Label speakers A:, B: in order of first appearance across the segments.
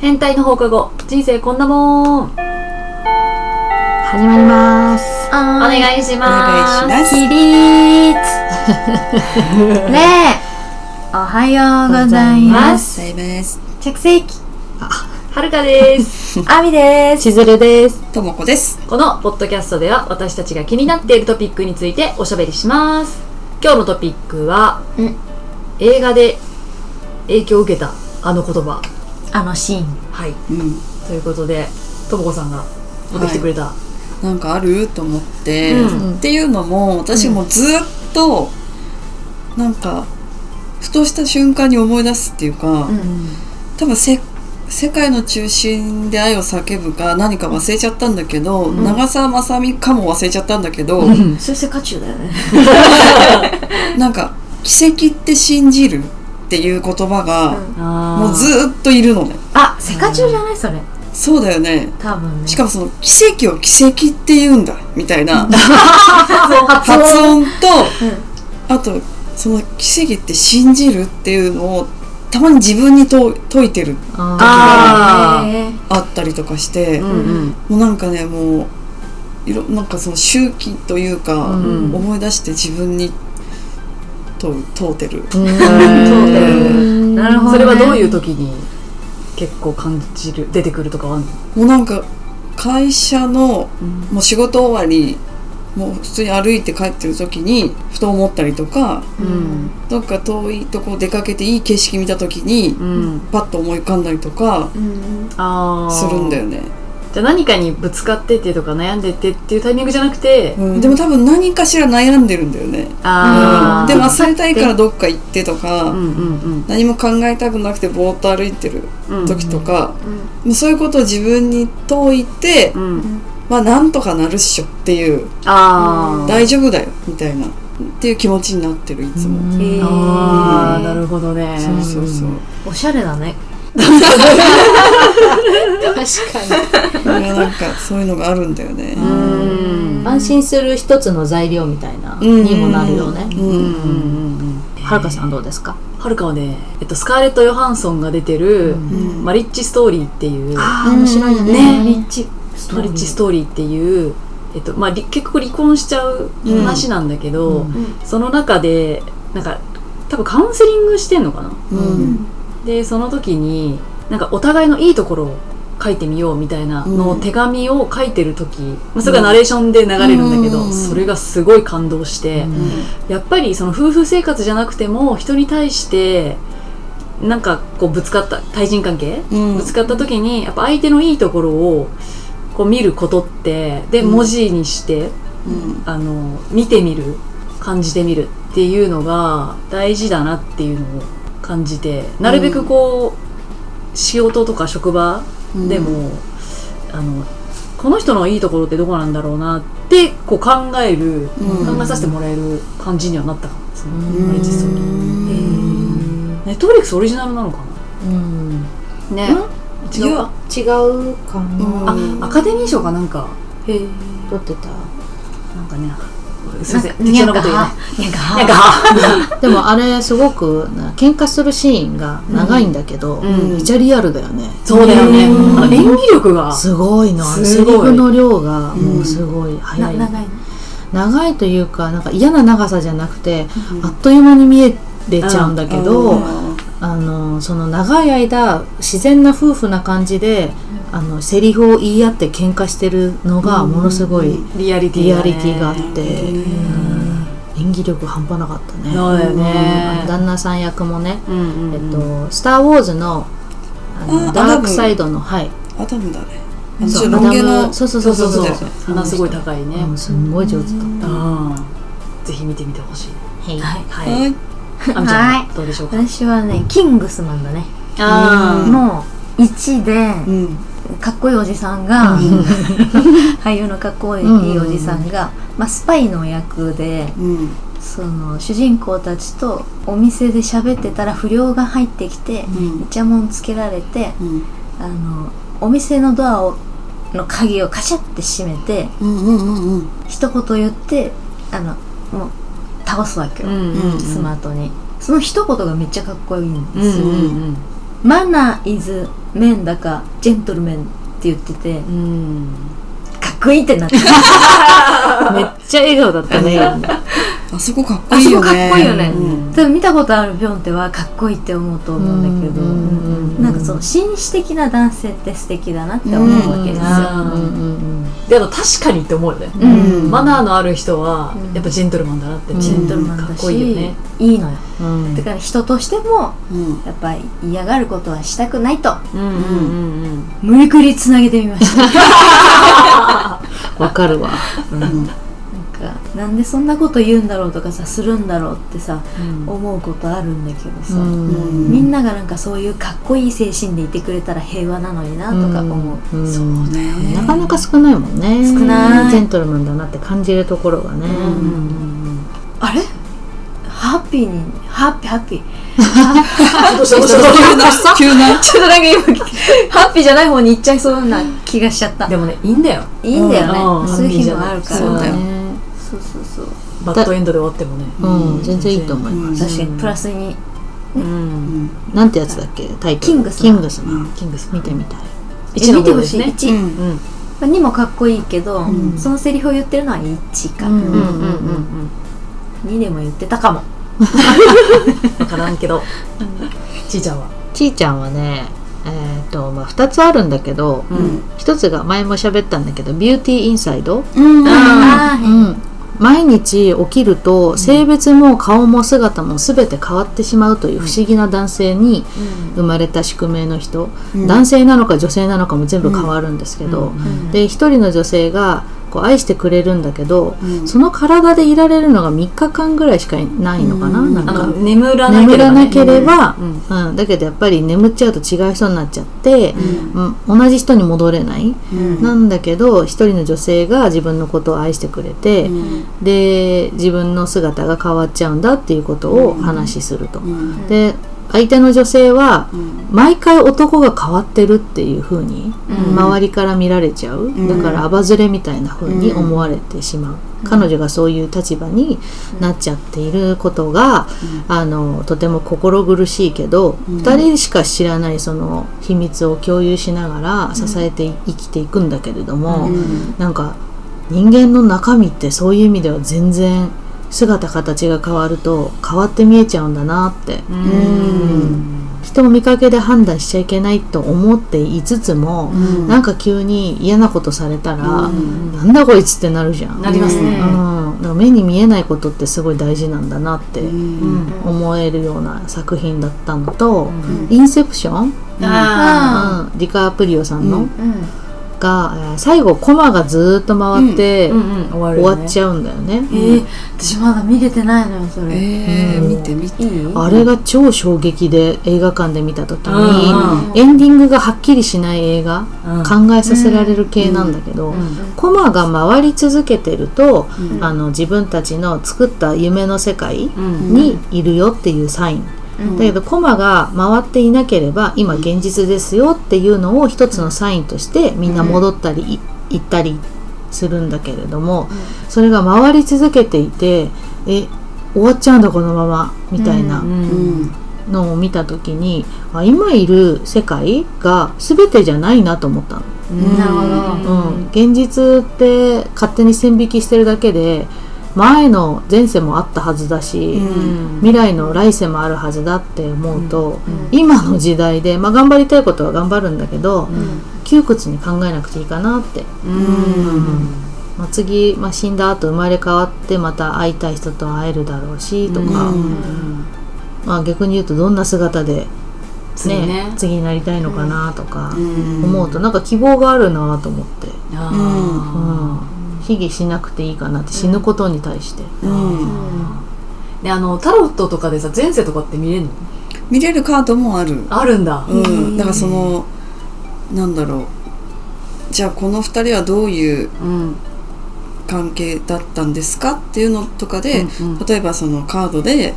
A: 変態の放課後人生こんなもんお
B: 始まります。
C: あい
A: 願いし
C: お
A: ます
C: 願いします
B: 起立ねえ、おはようございま
C: ご
B: す。
C: ざいます
B: 着席、
A: はるかです
B: あみです。 しずるです。
C: ともこです
A: このポッドキャストでは私たちが気になっているトピックについておしゃべりします今日のトピックは、
B: うん
A: 映画で影響を受けたあの言葉
B: あのシーン。
A: はい
C: うん
A: ということでともこさんが持ってきてくれた、
C: なんかあると思って、
A: うん
C: っていうのも私もずっと、なんかふとした瞬間に思い出すっていうか、多分せ世界の中心で愛を叫ぶか何か忘れちゃったんだけど、長澤まさみかも忘れちゃったんだけど、
B: それ世界中だよね。
C: なんか「奇跡って信じる」っていう言葉が、
A: あー
C: もうずっといるのね
B: あ、世界中じゃないそれ。
C: そうだよね
B: 多分ね。
C: しかもその「奇跡を奇跡って言うんだ」みたい な
B: 発
C: 発音と、
B: うん
C: あとその「奇跡って信じる」っていうのをたまに自分にと解いてる
A: あー
B: ね
C: あったりとかして、
A: う
C: も
A: んうん
C: うなんかねもういろなんかその周期というか、
A: うんうん
C: 思い出して自分に問う問うてる。
B: え
A: そうだよね
B: うんなるほど、
A: そ
B: ね。
A: れはどういう時に結構感じる出てくるとかはあるの
C: もうなんか会社のもう仕事終わりもう普通に歩いて帰ってる時にふと思ったりとか
A: うん
C: どっか遠いとこ出かけていい景色見た時に
A: うん
C: パッと思い浮かんだりとか
B: うん
A: ああ
C: するんだよね、
A: じゃあ何かにぶつかっててとか悩んでてっていうタイミングじゃなくて、
C: うん、でも多分何かしら悩んでるんだよね、
A: ああ、
C: でも忘れたいからどっか行ってとか、
A: うんうんうん
C: 何も考えたくなくてぼーっと歩いてる
A: うん
C: 時とか、
B: うん
C: もうそういうことを自分に解いて、
A: うん
C: まあなんとかなるっしょっていう、
A: あー
C: 大丈夫だよみたいなっていう気持ちになってるいつも、
B: えー
A: あーなるほどね
C: そうそうそう、
B: おしゃれだね。
D: 確か
C: いやなんかそういうのがあるんだよね。
A: う
C: うん
A: ん
D: に安心する一つの材料みたいな
C: うん
D: にもなるよね、
A: うんうん
C: うん
A: うん
D: はるかさんどうですか
A: はるかはね、えっと、スカーレット・ヨハンソンが出てる、
C: ん
A: マリッジ・ストーリーっていう
B: あ
C: ー面白いよね
B: マリッジスト
A: マ
B: ー
A: リ
B: リ
A: ッジス
B: ー。
A: トーリーっていう、えっとまあ、り結局離婚しちゃう話なんだけど、
D: うん
A: その中でなんか多分カウンセリングしてんのかな
C: うん
A: でその時になんかお互いのいいところを書いてみようみたいなのを
C: うん
A: 手紙を書いてる時、まあ、それがナレーションで流れるんだけど、
C: うん
A: それがすごい感動して、やっぱりその夫婦生活じゃなくても人に対してなんかこうぶつかった対人関係、
C: うん
A: ぶつかった時にやっぱ相手のいいところをこう見ることってで
C: うん
A: 文字にして、
C: うん
A: あの見てみる感じてみるっていうのが大事だなっていうのを感じてなるべくこう、仕事とか職場
C: うん
A: でも、あのこの人のいいところってどこなんだろうなってこう考える、
C: うん
A: 考えさせてもらえる感じにはなったかもですね。
C: うん
A: マリッジストーリーネットフリックスオリジナルなのか
D: うん
A: なね
C: い
A: 違う
C: や
A: か
D: 違うか
C: うん
D: な、
A: あアカデミー賞かなんかへえ
D: 撮ってた
A: なんかねすいません
D: に
A: 適
D: ゃ
A: 当
D: ん
A: なこ
D: か
A: と言えない
D: はに
A: な
D: ゃんか
A: ん
D: は
A: か
D: でもあれすごくな喧嘩するシーンが長いんだけど、
A: うん
D: めっちゃリアルだよね
A: そうだよねあの演技力が
D: すごいのあれ
A: す
D: セ
A: ご
D: リ
A: い
D: フの量がもうすごい早い、
B: 長いの。
D: 長いというかなんか嫌な長さじゃなくて、あっという間に見えれちゃうんだけ
C: う
D: ど、
C: ん
D: あのその長い間自然な夫婦な感じで、あのセリフを言い合って喧嘩してるのがものすごい
A: リアリティ
D: リ
A: が
D: ア
A: ね
D: リティがあって、
C: ね
D: 演技力半端なかったね。
A: そうだよね
D: うん旦那さん役もね、
A: うんうんうん
D: えっとスターウォーズのあの
C: あ
D: ダークサイドのはい、
C: アダムだねあの
D: そ
C: ち
D: う
C: ょっとロン毛
D: アダ
C: の
D: ムそうそうそうそう
C: そうそう
D: そ
C: そうう
A: 鼻すごい高いね
D: うんすんごい上手だった。
A: うんぜひ見てみてほしい
D: はい
B: はい。
A: はい
C: はい
A: あみちゃんどうでしょうか
B: 私はね、キングスマンだね。
A: あー
B: もう1で
C: うん
B: かっこいいおじさんが、 俳優のかっこいいおじさんが、まあ、スパイの役で
C: うん
B: その主人公たちとお店で喋ってたら不良が入ってきて
C: うん
B: イチャモンつけられて
C: うん
B: あのお店のドアをの鍵をカシャって閉めて
C: うんうんうんうん
B: 一言言ってあのもう倒すわけ
A: う
B: よ、
A: んうんうん
B: スマートにその一言がめっちゃかっこいいん
A: う
B: で
A: ん
B: すよ、
A: うんうん
B: マナー is メンだかジェントルメンって言ってて
A: うん
B: かっこいいってなって
D: めっちゃ笑顔だったね。
C: あそこかっこ
B: あ
C: いい
B: そ
C: よ
B: こかっ
C: ね
B: こいいよね、
C: うん
B: 多分見たことあるピョンテはかっこいいって思うと思うんだけど、
D: うんうんうん
B: なんかその紳士的な男性って素敵だなって思うわけですよ、
A: うんでも確かにって思うよね、
B: うん
C: うん
A: マナーのある人は
B: うん
A: やっぱジェントルマンだなって、
D: うん
B: ジェントルマン
A: か
B: だ
A: っ
B: し、
A: こいいよね
B: いいのよ
D: うん
B: だから人としても
C: うん
B: やっぱり嫌がることはしたくないと
A: うんうんうんうん
B: 無理くりつなげてみました
D: わかるわ。
C: うん
B: なんかなんでそんなこと言うんだろうとかさするんだろうってさ
A: うん
B: 思うことあるんだけどさ、
C: うん
B: みんながなんかそういうかっこいい精神でいてくれたら平和なのになとか思う、
D: うん
A: そう
C: ね
D: なかなか少ないもんね。
B: 少ない
D: ジェントルマンだなって感じるところがね。
B: あれハッピーにハッピーハッピーハッピー
C: 急な急な
B: ちょっとなんか 今ハッピーじゃない方に行っちゃいそうな気がしちゃった
A: でもねいいんだよ
B: いいんだよね、
A: うん
B: そういう日もあるから
C: そうだよ
D: ね
B: そうそうそう
A: バッドエンドで終わってもね
D: うん、全然いいと思います。
C: うん
B: 確かにプラスに
A: うん
D: なんてやつだっけタイトル
B: キングスマン
D: キングスマン
A: キングス
D: 見てみたい
A: 一の
B: 見て
A: 方
B: ほ
A: で
B: し
A: す
B: い
A: ね
B: 1、
C: うん
A: うん
B: まあ、2もかっこいいけど、
C: うん
B: そのセリフを言ってるのは1か、
D: うん
A: うんうんうん
B: 2でも言ってたかも
A: 分からんけどちいちゃんは
D: ちーちゃんはねえーとまあ、2つあるんだけど、
A: うん
D: 一つが前も喋ったんだけど「ビューティーインサイド」
C: うん
B: あー
D: うん、毎日起きると性別も顔も姿も全て変わってしまうという不思議な男性に生まれた宿命の人、
C: うん
D: 男性なのか女性なのかも全部変わるんですけど、で一人の女性がこう愛してくれるんだけど、
C: うん
D: その体でいられるのが3日間ぐらいしかいないのかな、
C: うん
D: なん
A: あの
D: か。
A: 眠らなけ
D: 眠
A: れば
D: らな
A: ね
D: ければ、
A: うん
D: うんだけどやっぱり眠っちゃうと違う人になっちゃって、
C: うん
D: うん同じ人に戻れない、
C: うん
D: なんだけど一人の女性が自分のことを愛してくれて、
C: うん
D: で自分の姿が変わっちゃうんだっていうことを話しすると、
C: うん
D: で相手の女性は
C: うん
D: 毎回男が変わってるっていう風に
B: うん
D: 周りから見られちゃう、
C: ん
D: だからアバズレみたいな風に思われてしまう、彼女がそういう立場になっちゃっていることが、あのとても心苦しいけど、
C: うん
D: 2人しか知らないその秘密を共有しながら支えて生きていくんだけれども、
C: うん
D: なんか人間の中身ってそういう意味では全然姿形が変わると変わって見えちゃうんだなって
A: うん
D: 人を見かけで判断しちゃいけないと思っていつつも、
C: うん
D: なんか急に嫌なことされたら、
A: うん
D: なんだこいつってなるじゃん。
A: なりますね
D: うん、だから目に見えないことってすごい大事なんだなって
C: うん
D: 思えるような作品だったのと
A: うん
D: 「インセプション」
A: あ
D: うんリカ・アプリオさんの、
C: うん
B: うん
D: が、えー最後コマがずーっと回って、
A: ーうんうん終わる
D: 終
A: よね
D: わっちゃうんだよね。
B: えー、私まだ見れてないのよそれ、
C: えー
D: うん
C: 見て見て
B: いい
D: あれが超衝撃で映画館で見た時
A: うん
D: に、エンディングがはっきりしない映画、
A: うん
D: 考えさせられる系なんだけど、
A: うん
D: コマが回り続けてると、
C: うん
D: あの自分たちの作った夢の世界
A: うん
D: にいるよっていうサイン、
B: うん
D: だけどコマが回っていなければ今現実ですよっていうのを一つのサインとしてみんな戻ったりい行ったりするんだけれども、それが回り続けていてえ終わっちゃうんだこのままみたいな
C: うん
D: のを見た時に、あ今いる世界が全てじゃないなと思ったの。
A: うん
B: なるほど
D: うん、現実って勝手に線引きしてるだけで前の前世もあったはずだし、
C: うん
D: 未来の来世もあるはずだって思うと、
B: ん
D: 今の時代で、まあ、頑張りたいことは頑張るんだけど、窮屈に考えなくていいかなって、まあ、次、まあ、死んだ後生まれ変わってまた会いたい人と会えるだろうしとか、まあ、逆に言うとどんな姿で、ね
A: 次ね
D: 次になりたいのかなとか
C: うん
D: 思うとなんか希望があるなと思って。
A: あ
D: うん、卑下しなくていいかなって死ぬことに対して、
C: うん
A: ーであのタロットとかでさ前世とかって見れるの
C: 見れるカードもある
A: あるんだ
C: うんだからそのなんだろうじゃあこの二人はどういう
A: うん
C: 関係だったんですかっていうのとかで、
A: うん
C: 例えばそのカードで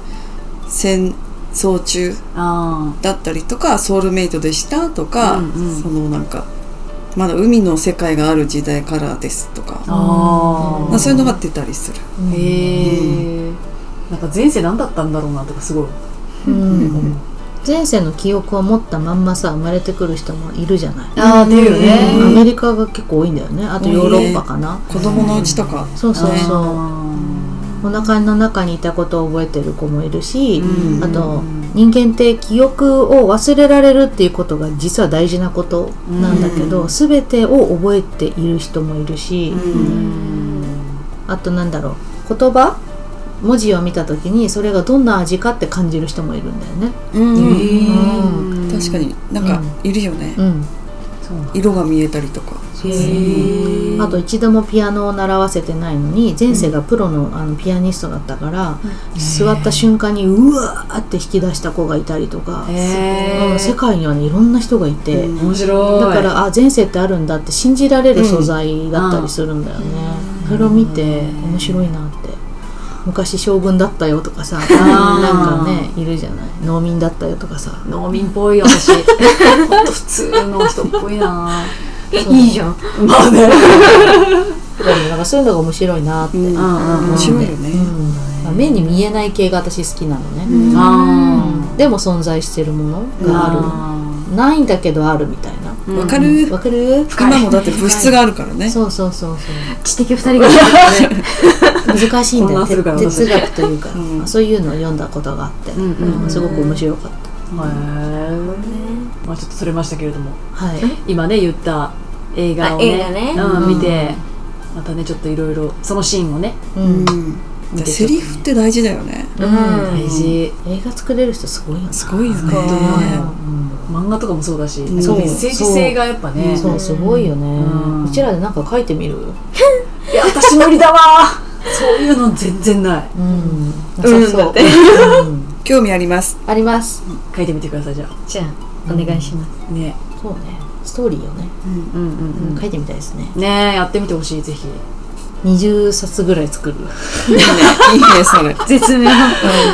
C: 戦争中
A: あ
C: だったりとかソウルメイトでしたとか、
A: うんうん
C: そのなんかまだ海の世界がある時代からですと
A: ー
C: か、
A: あ
C: まあ、そういうの
A: が
C: が出たりする。
A: へえんか前世何だったんだろうなとかすごい
D: うん
A: 思う
D: 前世の記憶を持ったまんまさ生まれてくる人もいるじゃない、
A: ああ出る
C: う
A: ね
C: ん
D: アメリカが結構多いんだよねあとヨーロッパかな、
C: 子供のうちとか、
D: そうそうそう、
A: う
D: お腹の中にいたことを覚えてる子もいるし、
C: うん
D: あと人間って記憶を忘れられるっていうことが実は大事なことなんだけど、
C: うん
D: 全てを覚えている人もいるし、あとなんだろう言葉文字を見た時にそれがどんな味かって感じる人もいるんだよね。
C: うん
A: うん
D: う
C: 確かになんかいるよね、
D: うん、
A: そうなんだ
C: 色が見えたりとか
A: へー
D: あと一度もピアノを習わせてないのに前世がプロのあのピアニストだったから、座った瞬間にうわーって引き出した子がいたりとか、
A: へー
D: うん世界にはねいろんな人がいて、
A: 面白い
D: だからあ前世ってあるんだって信じられる素材だったりするんだよね、それを見て面白いなって昔将軍だったよとかさなんかねいるじゃない農民だったよとかさ
A: 農民っぽいよ 私ほんと普通の人っぽいな
B: うんいいじゃん
A: まあね
D: でもなんかそういうのが面白いなって、
C: うん
D: うん
C: 面白いよね、
D: まあ目に見えない系が私好きなのね、
A: あ
D: でも存在してるもの
A: ー
D: があ
A: あ
D: る、ないんだけどあるみたいな
A: ー
C: わかる
D: わかる
C: 今もだって物質があるからね
D: そうそうそうそう
B: 知的二人がね
D: 難しいん
A: 混
D: だよ
A: 乱するから私
D: 哲学というか、
C: うん
D: まあそういうのを読んだことがあって、
A: うんうんうん
D: すごく面白かった。
A: へえまあちょっとそれましたけれども
D: はい、
A: 今ね言った映画を
B: あ映画
A: ね
B: ね
A: うん
D: うん
A: 見てまたねちょっといろいろそのシーンをね
D: うん
C: だからセリフって大事だよね
D: うん
A: 大事
D: 映画作れる人すごいよね。
C: すごいよね
A: 漫画とかもそうだし
C: うん
A: なんか
C: そう
A: メッセージ性がやっぱね
D: そうすごいよね、
A: う
D: うんちらでなんか書いてみる、うん
A: いや私無理だわーそういうの全然ない
D: なさそう、うん
C: 興味あります
D: あります
A: 書いてみてくださいじゃ
B: じゃあお願いします
A: あね
D: そうねストーリーをね、
A: うんうんうん
D: 書いてみたいですね
A: ねえやってみてほしいぜひ
D: 20冊ぐらい作る
C: いいねいいねそれ
B: 絶妙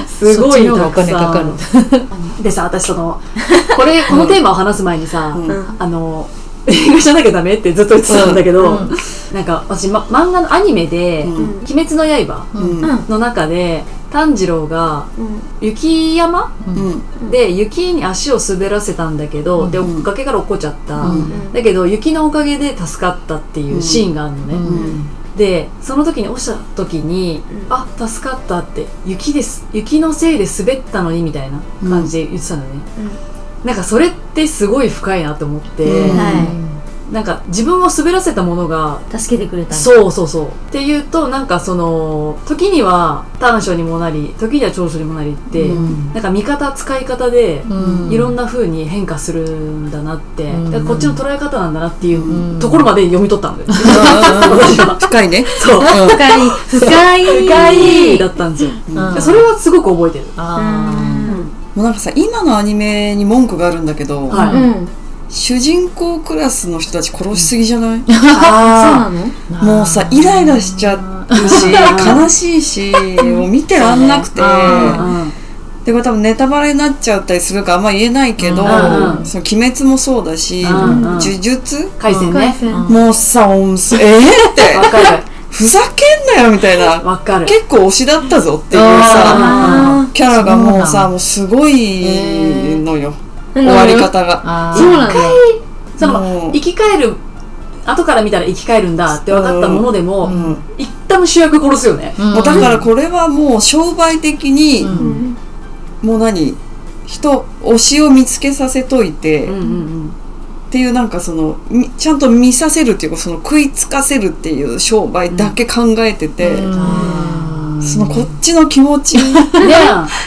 A: すごい
D: そっちの方がお金かかる
A: るでさ私そのこれこのテーマを話す前にさ、
C: うん
A: あの映画じゃなきゃダメってずっと言ってたんだけど、
D: うん
A: なんか私、ま、漫画のアニメで「
C: うん
A: 鬼滅の刃
D: う
C: うん
D: ん、
C: うん」
A: の中で炭治郎が雪山
C: うん
A: で雪に足を滑らせたんだけど、で
C: うん
A: 崖から落っこっちゃった、
D: うん
A: だけど雪のおかげで助かったっていうシーンがあるのね、でその時に落ちた時に「あ助かった」って「雪です雪のせいで滑ったのに」みたいな感じで言ってたのね、なんかそれってすごい深いなと思って、
C: うん
B: は
A: なんか自分を滑らせたものが
B: い助けてくれた
A: そうそうそうっていうとなんかその時には短所にもなり時には長所にもなりって、
D: うん
A: なんか見方使い方で
D: うん
A: いろんな風に変化するんだなって、
D: うん
A: だからこっちの捉え方なんだなっていううんところまで読み取ったんだよ、
C: 深いね
A: そう
B: 深い深い
A: 深いだったんですよ、
D: うん
A: それはすごく覚えてる
D: あ
C: もうなんかさ今のアニメに文句があるんだけど、
A: はい、
B: うん
C: 主人公クラスの人たち殺しすぎじゃない、
A: あ
B: そうなの
D: ー
C: もうさイライラしちゃうし悲しいしもう見てらんなくて、
A: ーうん
C: でこれ多分ネタバレになっちゃったりするからあんま言えないけど「
A: うんうん
C: その鬼滅」もそうだし「
A: うんうん
C: 呪術
A: 回線ね
B: 線
D: うん」
C: もうさおんすえ ー、って
A: わかる
C: ふざけんなよみたいな
A: わかる
C: 結構推しだったぞっていう
A: あ
C: さ
A: あ
C: キャラがもう
D: そうなん
C: さもうすごいのよ、終わり方が。
D: あー
B: そうなの
A: そ
C: も
A: の
C: う
A: 生き返る後から見たら生き返るんだって分かったものでも、
C: うん
A: 一旦主役殺すよね、
D: うん
C: もうだからこれはもう商売的に、
D: うん
C: もう何人推しを見つけさせといて、
A: うんうんうん
C: っていうなんかそのみちゃんと見させるっていうかその食いつかせるっていう商売だけ考えてて、
D: うん
C: そのこっちの気持ち
A: ね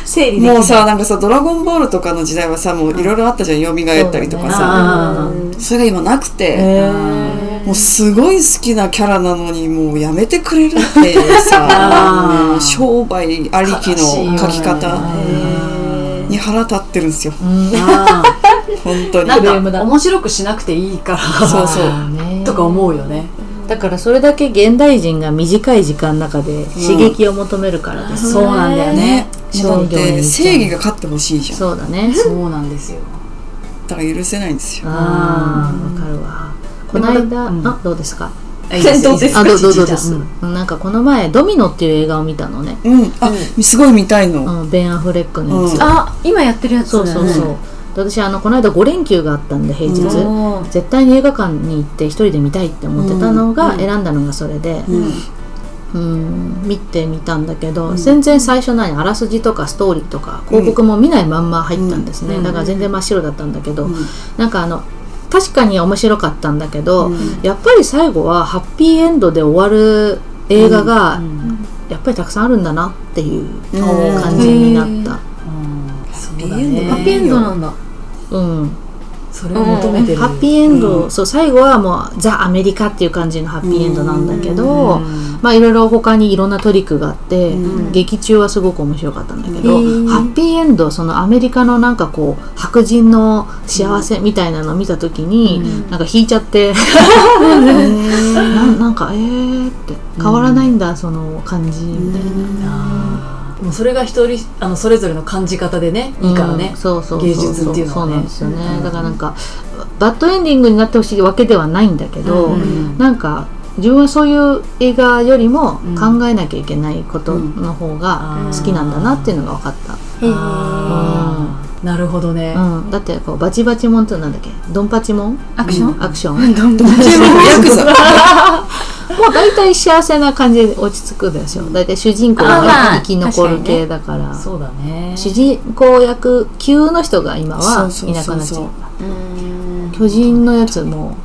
B: 整理できない
C: もうさなんかさ「ドラゴンボール」とかの時代はさもういろいろあったじゃん蘇ったりとか
D: そう
C: さ
A: あー
C: そ,、れが今なくて、もうすごい好きなキャラなのにもうやめてくれるっていう
A: あー
C: さもう商売ありきの書き方。に腹立ってるんですよ
D: うん
A: あ
C: 本当
A: ー
C: に
A: な
D: クレー
A: ん
D: ム
A: か
D: だ
A: 面白くしなくていいから
C: そうそう
D: あーね
A: とか思うよね、
D: だからそれだけ現代人が短い時間の中で刺激を求めるからです、
A: そうなんだよね
C: ねだ
D: 商
C: っ
D: 業に行っちゃう
C: て正義が勝ってほしいじゃん
D: そうだね
A: そうなんですよ
C: だから許せないんですよ
D: ああわかるわこの
A: でも
D: 間、
A: だうん
D: あどうですか
A: え
B: 戦闘です
D: あ
B: か
D: どうぞどうぞ
A: じ
D: で
A: いち
D: す
A: ゃん
D: なんかこの前「ドミノ」っていう映画を見たのね、
C: うん、あ、すごい見たいの。
D: うん、ベン・アフレックのやつ、
C: うん
B: あ今やってるやつ
D: そうそうそう、で私あのこの間5連休があったんで平日、絶対に映画館に行って一人で見たいって思ってたのが、選んだのがそれで、
C: うん、
D: うん見てみたんだけど、全然最初何あらすじとかストーリーとか広告も見ないまんま入ったんですね、
A: うん
D: だから全然真っ白だったんだけど、
C: うん
D: なんかあの確かに面白かったんだけど、
C: うん
D: やっぱり最後はハッピーエンドで終わる映画がやっぱりたくさんあるんだなっていう
C: うん
D: 感じになった、
A: そう
C: ピ
A: だ
C: ーエンド
A: ね
B: ハッピーエンドなんだ
D: うん、
A: それを求めてる
D: ハッピーエンド、そう最後はもうザ・アメリカっていう感じのハッピーエンドなんだけど、まあいろいろ他にいろんなトリックがあって、
C: うん
D: 劇中はすごく面白かったんだけど、
B: うん
D: ハッピーエンドそのアメリカのなんかこう白人の幸せみたいなのを見た時に、なんか引いちゃって、 ななんかえーって変わらないんだ、その感じみたいな、
A: あーもうそれが一人あのそれぞれの感じ方でねいいからね
D: うん、そうそうそう
A: 芸術っていうの
D: そ
A: は
D: う
A: ね
D: なんですよね、だからなんかバッドエンディングになってほしいわけではないんだけど、
A: うん
D: なんか自分はそういう映画よりも
A: うん
D: 考えなきゃいけないことの方が好きなんだなっていうのが分かった、
A: あーなるほどね、
D: うんだってこうバチバチモンってなんだっけドンパチモン
B: アクション
D: アクションもう
C: でもヤクザ。
D: 大体幸せな感じで落ち着くでしょ大体主人公
B: あーまあ
D: が生き残る系だから,、
A: そうだね
D: 主人公役級の人が今は
C: そうそうそうそう
D: いなくなっちゃう巨人のやつも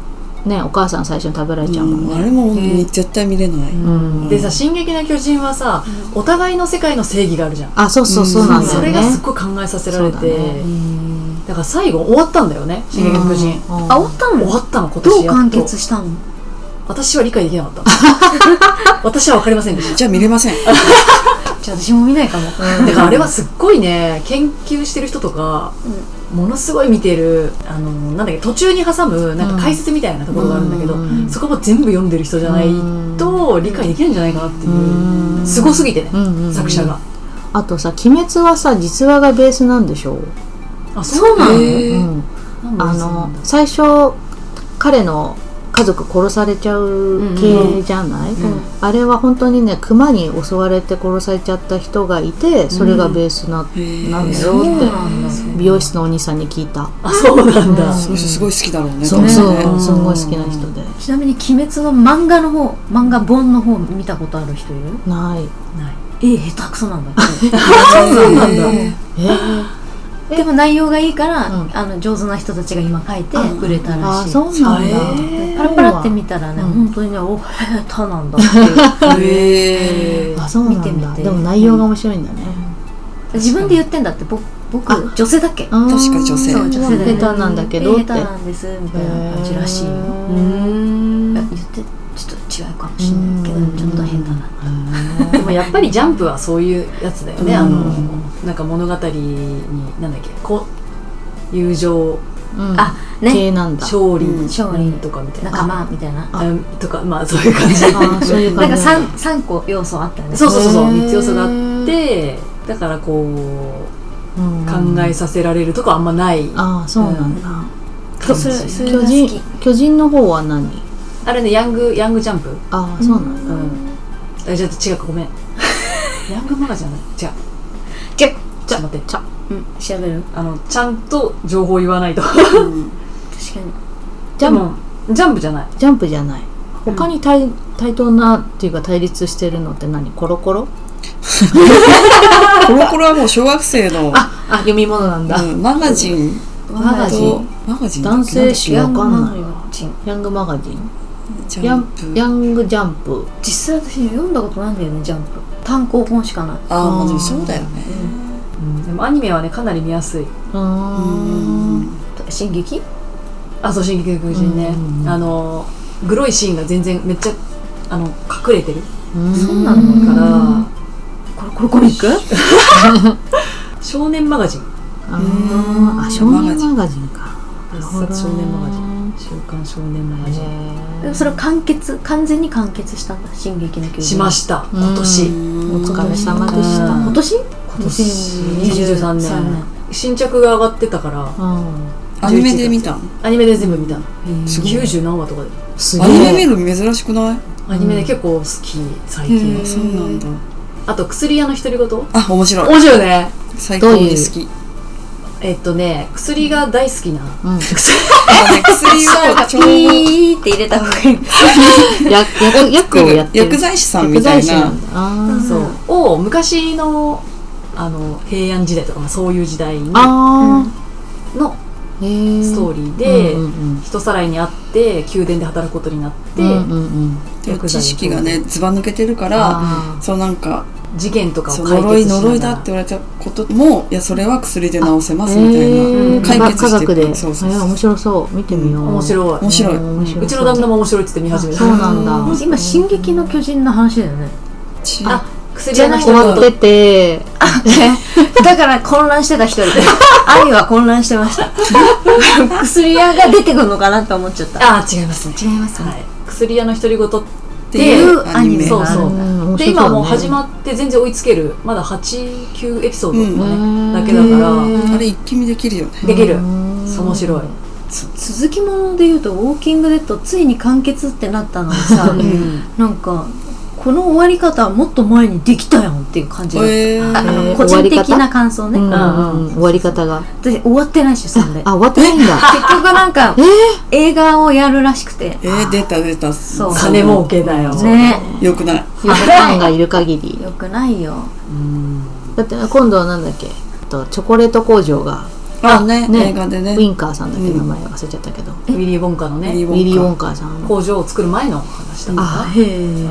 D: ねお母さん最初に食べられちゃうもんね、
C: あれも本当に絶対見れない。
A: でさ「進撃の巨人」はさお互いの世界の正義があるじゃん
D: あそうそうそうなんだ
A: そ
D: よね、
A: れがすっごい考えさせられて
D: そうだね
A: だから最後終わったんだよね「進撃の巨人」
D: うん
B: あ終わった
A: 終
B: の
A: わったの今年
B: どう
A: やっと
B: 完結したの
A: 私は理解できなかった 私は分かりませんでし
C: じゃあ見れません。
B: じゃあ私も見ないかも
A: ただからあれはすっごいね研究してる人とか、ものすごい見てるあのなんだっけ途中に挟むなんか解説みたいなところがあるんだけど、
D: うん
A: そこも全部読んでる人じゃないと理解できないんじゃないかなっていう、
D: うん
A: すごすぎてね、
D: うんうん
A: 作者が。
D: あとさ「鬼滅」はさ実話がベースなんでしょう、
A: あそうなの
C: へー
D: うん
A: な
D: あ
A: んでそうな
D: の
A: んだ
D: 最初彼の家族殺されちゃう系じゃない、
A: ん
D: あれは本当にね熊に襲われて殺されちゃった人がいてそれがベースな,、
C: ー
D: なんだ
B: そ
D: よ
B: う
D: っ
B: なんだ
D: て美容室のお兄さんに聞いた、
A: あそうなんだ、
C: そういう人すごい好きだろうね。
D: そう
C: 多
D: そう、
C: 分ね
D: すごい好きな人で、
B: ちなみに「鬼滅」の漫画の方漫画本の方見たことある人いる
D: な
A: な
D: い
A: い
B: え下手くそなんだって
A: そうなんだ
C: へ
B: でも内容がいいから、
D: うん
B: あの上手な人たちが今書いてくれたら
D: あ
B: しい
D: そうなんだ、
A: へー
B: パラパラって見たらね、
D: うん
B: 本当にねお下手なんだっていう
C: ーへ ー
D: あそうなんだ
B: 見てみて
D: でも内容が面白いんだね、
B: 自分で言ってんだって僕僕
D: あ
B: 女性だっけ
D: うん
C: 確か女性
B: そう女性だよね
D: 下手なんだけどって
B: えー下手なんですみたいな感じらしいよ
A: うーん
B: 言ってちょっと違うかもしれないけど
D: うん
B: ちょっと変だな
A: でもやっぱりジャンプはそういうやつだよね、
D: うん
A: あのなんか物語になんだっけこう友情
D: うん
B: あね
D: 系なんだ
A: 勝利、
C: うん
B: 勝利
A: なんとかみたいな
B: 仲間みたいな
A: あうんとかまあそういう感じ
D: あーそういう
B: な
D: 感
B: ん
D: じ
B: か
D: だ
B: 3, 三個要素あったよ ね
A: そうそうそうそう
D: へー
A: 3つ要素があってだからこう
D: うん
A: 考えさせられるとこあんまない
D: ああそうなんだ、
A: 感
B: それ
A: じ
B: それが
D: 巨
B: 好
D: 人
B: き
D: 巨人の方は何
A: あれねヤングヤングジャンプ
D: ああそうなん
A: うん
D: だ、
A: あじゃあ違うご めんヤングマガじゃない違う
B: じゃ
A: ちょっと待って
B: うん調べる
A: あのちゃんと情報言わないと
B: 確かに
D: ジ
A: で
D: ャン
A: もジャンプじゃない
D: ジャンプじゃない他に対対等なっていうか対立してるのって何コロコロ
C: コロコロはもう小学生の、
D: あ読み物なんだ、
C: うんマガジン
D: マガジ
C: と
D: ン
C: マガジンだっけ
D: 男性誌わかんない
B: ヤングマガジン
C: ジ
D: ヤングマガジンヤ
C: ャン
D: ン
C: プ。
D: ヤングジャンプ
B: 実際私読んだことないんだよねジャンプ単行本しかない
C: ああ、まあでもそうだよね。
A: うんでもアニメはねかなり見やすいう
D: ーん
B: 進撃
A: あそう「進撃の巨人ね」あのグロいシーンが全然めっちゃあの隠れてる
D: そうな
A: から
B: これこれコミック
A: 少年マガジン
D: ああ少年マガジンか
A: 必殺少年マガジン週刊少年マガジン
B: でもそれ完結完全に完結したんだ進撃の巨人
A: しま
B: し
A: した今年
D: お疲れ様でし
A: う
D: た
A: ん
B: 今年
A: 今年2023年新着が上がってたから
D: うん
C: アニメで見たの
A: アニメで全部見たの
C: すごい
A: 90何話とかです
C: アニメ
D: げえ
C: 見る珍しくない
A: アニメで結構好き最近、
B: うん
C: そうなんだ
A: あと薬屋の独り言面
C: あ面白い
A: 白いよね
C: 最高に好き
A: えっとね薬が大好きな
C: あね薬を調合
B: ピーって入れた方がいい。
D: うんや 薬薬をやってる
C: 薬剤師さんみ
D: 薬
C: た
D: 剤
C: い
D: 師
C: な
D: なんだあ
A: そうを昔のあの平安時代とか、まあ、そういう時代に
D: ーあ
A: の
D: ーへえ
A: ストー
D: リ
A: リーで、
D: うんうん
A: 人さらいにあって宮殿で働くことになって、
D: うんうんうん
C: でも知識がねずば抜けてるから
D: あ
C: そうなんか
A: 事件とかを
C: そう
A: 解
C: 呪い
A: 決しながら
C: 呪いだって言われたこともいやそれは薬で治せますみたいな、
D: ー
C: 解決
D: 科
C: していく
D: 学で
C: そうそうそう
D: えー面白そう見てみよう
A: 面
D: い
A: 白い
C: 面白い
A: うんうちの旦那も面白いって言って見始めた
D: そうなんだ
C: う
B: 今、進撃の巨人の話だよね。
C: ち
A: あ薬
D: じゃ
A: 屋
D: あ
A: の
D: 終わ
A: 独
D: っ
A: り
D: てて
B: だから混乱してた一人 で。兄は混乱してました。薬屋が出てくるのかなって思っちゃった。
A: ああ違いますね
B: 違いますね。
A: はい薬屋の独り言っ
C: ってていうアニメ
A: そう
B: あ
A: そ
B: る
A: うん
B: だ
D: ん
A: で今もう始まって全然追いつけるまだ89エピソードとかね、
D: うん
A: だけだから
C: あれ一気見できるよね
A: できる
D: うん
A: 面白い
B: 続きもので言うと「ウォーキング・デッド」ついに完結ってなったのにさなんかこの終わり方はもっと前にできたやんっていう感じだった
C: え
B: ああ
C: ー、
B: の
D: えー
B: 個人
D: 終わり
B: 的
D: 方
B: な感想ね、
D: うんうん
A: う
D: うん終わり方が
B: 私終わってないしそんで
D: あ終わってないんだ
B: 結局なん か
D: え
B: 映画をやるらしくて
C: えー、出た出た
B: そう
A: 金儲けだよ、
B: ね
C: よくない
D: ーファンがいる限り
B: よくないよ
D: だって今度はなんだっけえっとチョコレート工場が
C: あね
D: ね
C: 映画でね
D: ウィンカーさんだっけ
C: うん
D: 名前忘れちゃったけど
A: ウィリー・ボンカの
C: ウィリ
A: ね
D: ウィリー・ウォン
C: ー
D: カーさんの
A: 工場を作る前の話だったかな
D: あ
B: へえ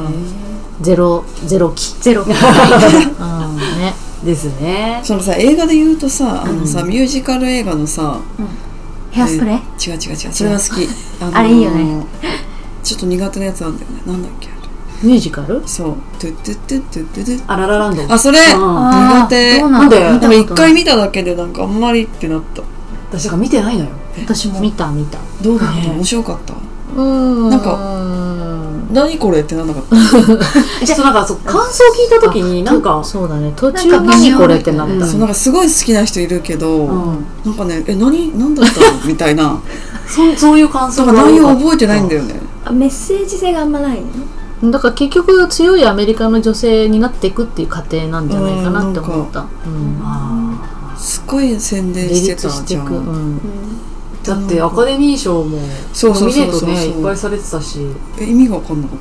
D: ゼロゼロ期
B: ゼロ
D: うんね
A: ですね
C: そのさ映画で言うとさあのさ、ミュージカル映画のさ
B: ヘアスプレー
C: 違う違う違うそれは好きあのー
B: あれいいよね
C: ちょっと苦手なやつなんだよねなんだっけ
D: ミュージカル
C: そうトゥトゥトゥトゥトゥトゥ
A: あララランド
C: あそれ
A: うん
B: あー
C: 苦手
B: どうなんだ
A: なんで
B: 見たこと
C: でも
B: ない
C: 一回見ただけでなんかあんまりってなった
A: 私だから見てないのよ
B: 私も
D: 見た見た
C: どうだった
A: ね
C: 面白かった
D: うん
C: なんか
D: か
C: 何これってなんなかった
A: ちょっとなんかそう感想聞いた時になんか
D: そうだね途中
B: なんか微
D: 何
B: 妙
D: これってなっ
A: うん
D: た
C: そうなんかすごい好きな人いるけど、
A: うん
C: なんかねえ何何だったのみたいな
A: そそういう感
C: な
A: 想
C: んか
A: が
C: 内容覚えてないんだよね
B: あメッセージ性があんまないね
D: だから結局強いアメリカの女性になっていくっていう過程なんじゃないかなって思ったうん
A: あ
C: すっごい宣伝
D: 自
C: して
D: 立
C: た
D: して
C: じ
D: い
C: ゃ
D: くうんん
A: ーだってアカデミー賞もノミネ
C: そうそうそう
A: ー
C: そ
A: ト
C: う
A: ねいっぱいされてたし
C: え意味が分かんなかっ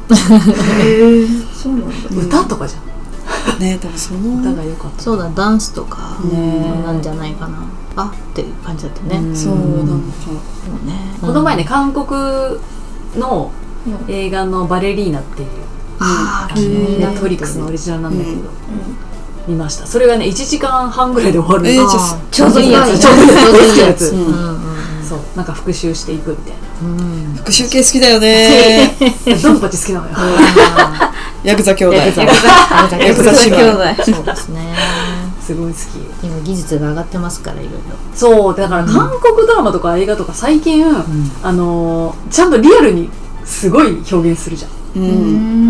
B: へえそうなんだ
C: うん
A: 歌とかじゃん
C: たね多分その
A: 歌が良かった
D: そうだダンスとか
A: ね
D: なんじゃないかなあっていう感じだったね
A: うん
C: そうなんか
D: そうね
A: この前ね韓国の
B: うん
A: 映画の「バレリーナ」っていう
D: ああ
A: ネ
B: へー
A: ットフリックスのオリジナルなんだけど見ましたそれがね1時間半ぐらいで終わる
C: えー、じ
A: の
C: ゃ
A: が
C: あ
D: ちょうどいいやつ
A: ちょうどいいやつ
C: う
D: うんんうん
A: そうなんか復習していくみたい
D: うん
C: 復習系好きだよね
A: な ドンパチ好きなのよ
C: ヤクザ兄弟
D: ヤクザ
C: ヤクザ姉妹
D: そうですね
A: すごい好き
D: 今技術が上がってますからいろいろ
A: そうだから韓国ドラマとか映画とか最近、あのーちゃんとリアルにすごい表現するじゃん、
C: う
B: うんん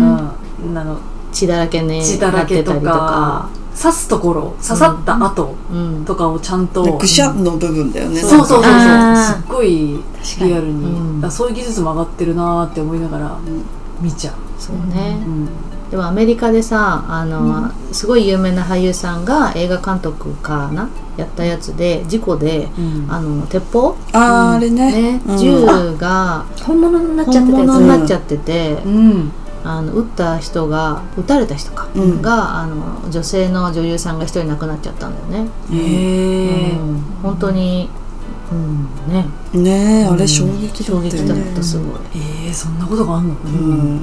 A: うん、あの
D: 血だらけね
A: 血だらけとか刺すところ刺さった跡
D: うん
A: とかをちゃんと、
C: でぐしゃの部分だよね
A: そうそうそうそうす
B: あー
A: っごいリアルに
D: うん
A: あそういう技術も上がってるなーって思いながら
C: ん
A: 見ちゃう、
D: そうね
A: うん
D: でもアメリカでさあの、すごい有名な俳優さんが映画監督かなやったやつで事故で
A: うん
D: あの鉄砲、
C: あーあれね
D: ね
C: うん
D: 銃が
B: 本物になっちゃって
D: 本
B: たや
D: 物
B: つ
D: になっちゃってて、
A: うん
D: あの撃った人が撃たれた人か、
C: うん
D: があの女性の女優さんが一人亡くなっちゃったんだよね、
A: へえ、
D: うん本当に、うん、ね
C: ねえあれ衝撃だ
D: 衝
C: った
D: 撃
C: よ
D: だっ
C: ね
D: たすごい、
A: えー、そんなことがあんの、
C: うん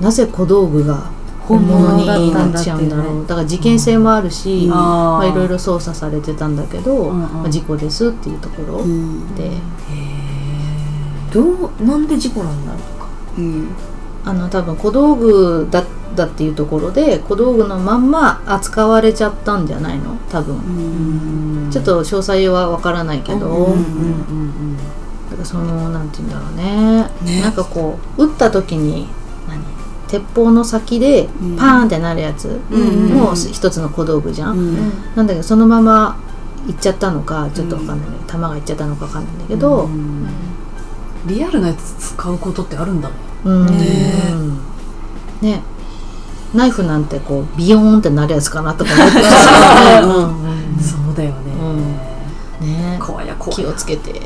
D: なぜ小道具が本物になっちゃうんだ
B: 本物だったんだって
D: ろ
B: いう
D: うだから事件性もあるし、
C: うん
A: あー
D: まあ、いろいろ捜査されてたんだけど、
A: んうん
D: まあ、事故ですっていうところ
C: うん
D: で、
B: どうなんで事故なんだろうか
C: うん
D: あの多分小道具だったっていうところで小道具のまんま扱われちゃったんじゃないの多分、ちょっと詳細はわからないけど、
A: うんうん
D: だからそのなんて言うんだろうね
C: ね
D: なんかこう撃った時に何鉄砲の先で
C: うん
D: パーンってなるやつ
C: うん
D: も一つの小道具じゃん、
C: うん
D: なんだけどそのまま行っちゃったのかちょっとわかんない、玉が行っちゃったのかわかんないんだけど、
A: うんリアルなやつ使うことってあるんだね
D: うん
C: ね
D: ねナイフなんてこうビヨーンってなるやつかなとか思ってたうんうん
A: そうだよね、
D: ね
A: 怖いや怖い
D: 気をつけて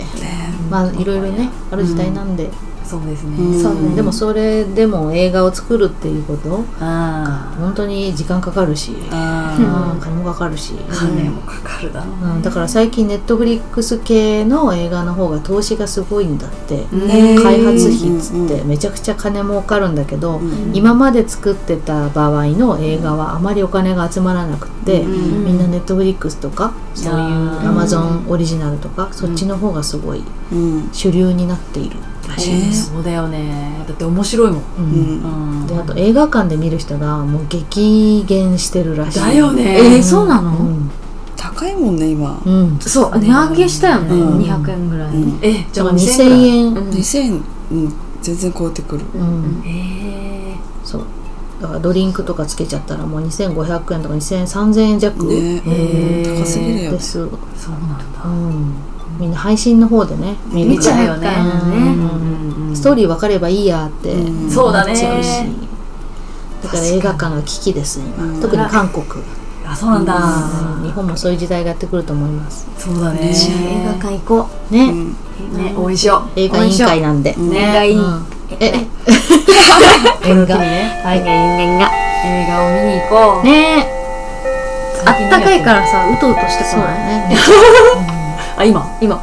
D: まあいろいろねある時代なんで、
A: そうですね、
C: うん
B: そうね
D: でもそれでも映画を作るっていうこと
A: あ
D: 本当に時間かかるし、
A: ーあ
D: う
A: ー
D: ん、金もかかるし、
A: 金もかかるだろう
D: うん、だから最近ネットフリックス系の映画の方が投資がすごいんだって、
C: ね
D: 開発費っつ
C: うん
D: っ
C: うん
D: てめちゃくちゃ金儲かるんだけど、
C: うん
D: 今まで作ってた場合の映画はあまりお金が集まらなくて、
C: うん
D: みんなネットフリックスとかそういう
A: あー
D: アマゾンオリジナルとか、そっちの方がすごい
C: うん
D: 主流になっているらしいです。
A: そうだよねだって面白いもん、
D: う
C: うんん
A: うん、
D: であと映画館で見る人がもう激減してるらしい
A: だよね
B: えーそうな
D: う
B: の、
D: ん、
C: 高いもんね今
D: うん、
B: そう値上げしたよね、
C: うん
B: 200円ぐらい、
C: うん
A: えじ
D: だ
A: ゃ
D: か
A: あ
D: ら
A: 2000
D: 2000
A: 円
D: 円、
B: うん
C: 2000うん全然超えてくる
D: うん、
A: え
D: そうだからドリンクとかつけちゃったらもう2500円とか2000円3000円弱
C: ね
A: へー
C: 高すぎるよ
D: で
C: ね
D: す、う
A: ー、そうなんだ、
D: ん、みんな配信の方でね見る
A: 見
D: か
A: ち
D: ら
A: ゃうよね
B: 見ちゃうからね
A: うんうん
D: ストーリー分かればいいやって
C: うん
A: そうだね
D: 思っちゃうしだから映画館が危機です今、
C: うん
D: 特に韓国、
A: あそうなんだ、
D: うん日本もそういう時代がやってくると思います
A: そうだね
C: ね
B: じゃあ映画館行こ
D: ね、
C: うん
A: 館ね応援しよ
D: 映画委員会なんで、
A: う
C: ね
A: ね
D: うんえ映画ね
B: う、はい、
A: 映画を見に行こう、
D: ね
B: あったかいからさうとうとしてこ
D: そう
B: ない
D: だね
A: あ今
B: 今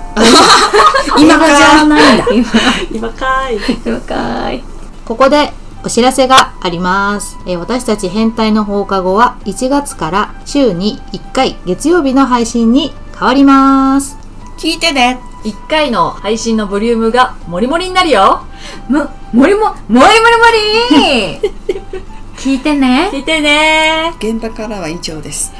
A: 今かじゃ ないんだ
B: 今
A: 今かーい
B: 今かーい
D: ここでお知らせがあります。えー私たち変態の放課後は1月から週に1回月曜日の配信に変わります。
C: 聞いてね
A: 1回の配信のボリュームがモリモリになるよ
B: むもりももりもりもり聞いてね
A: 聞いてね
C: 現場からは以上です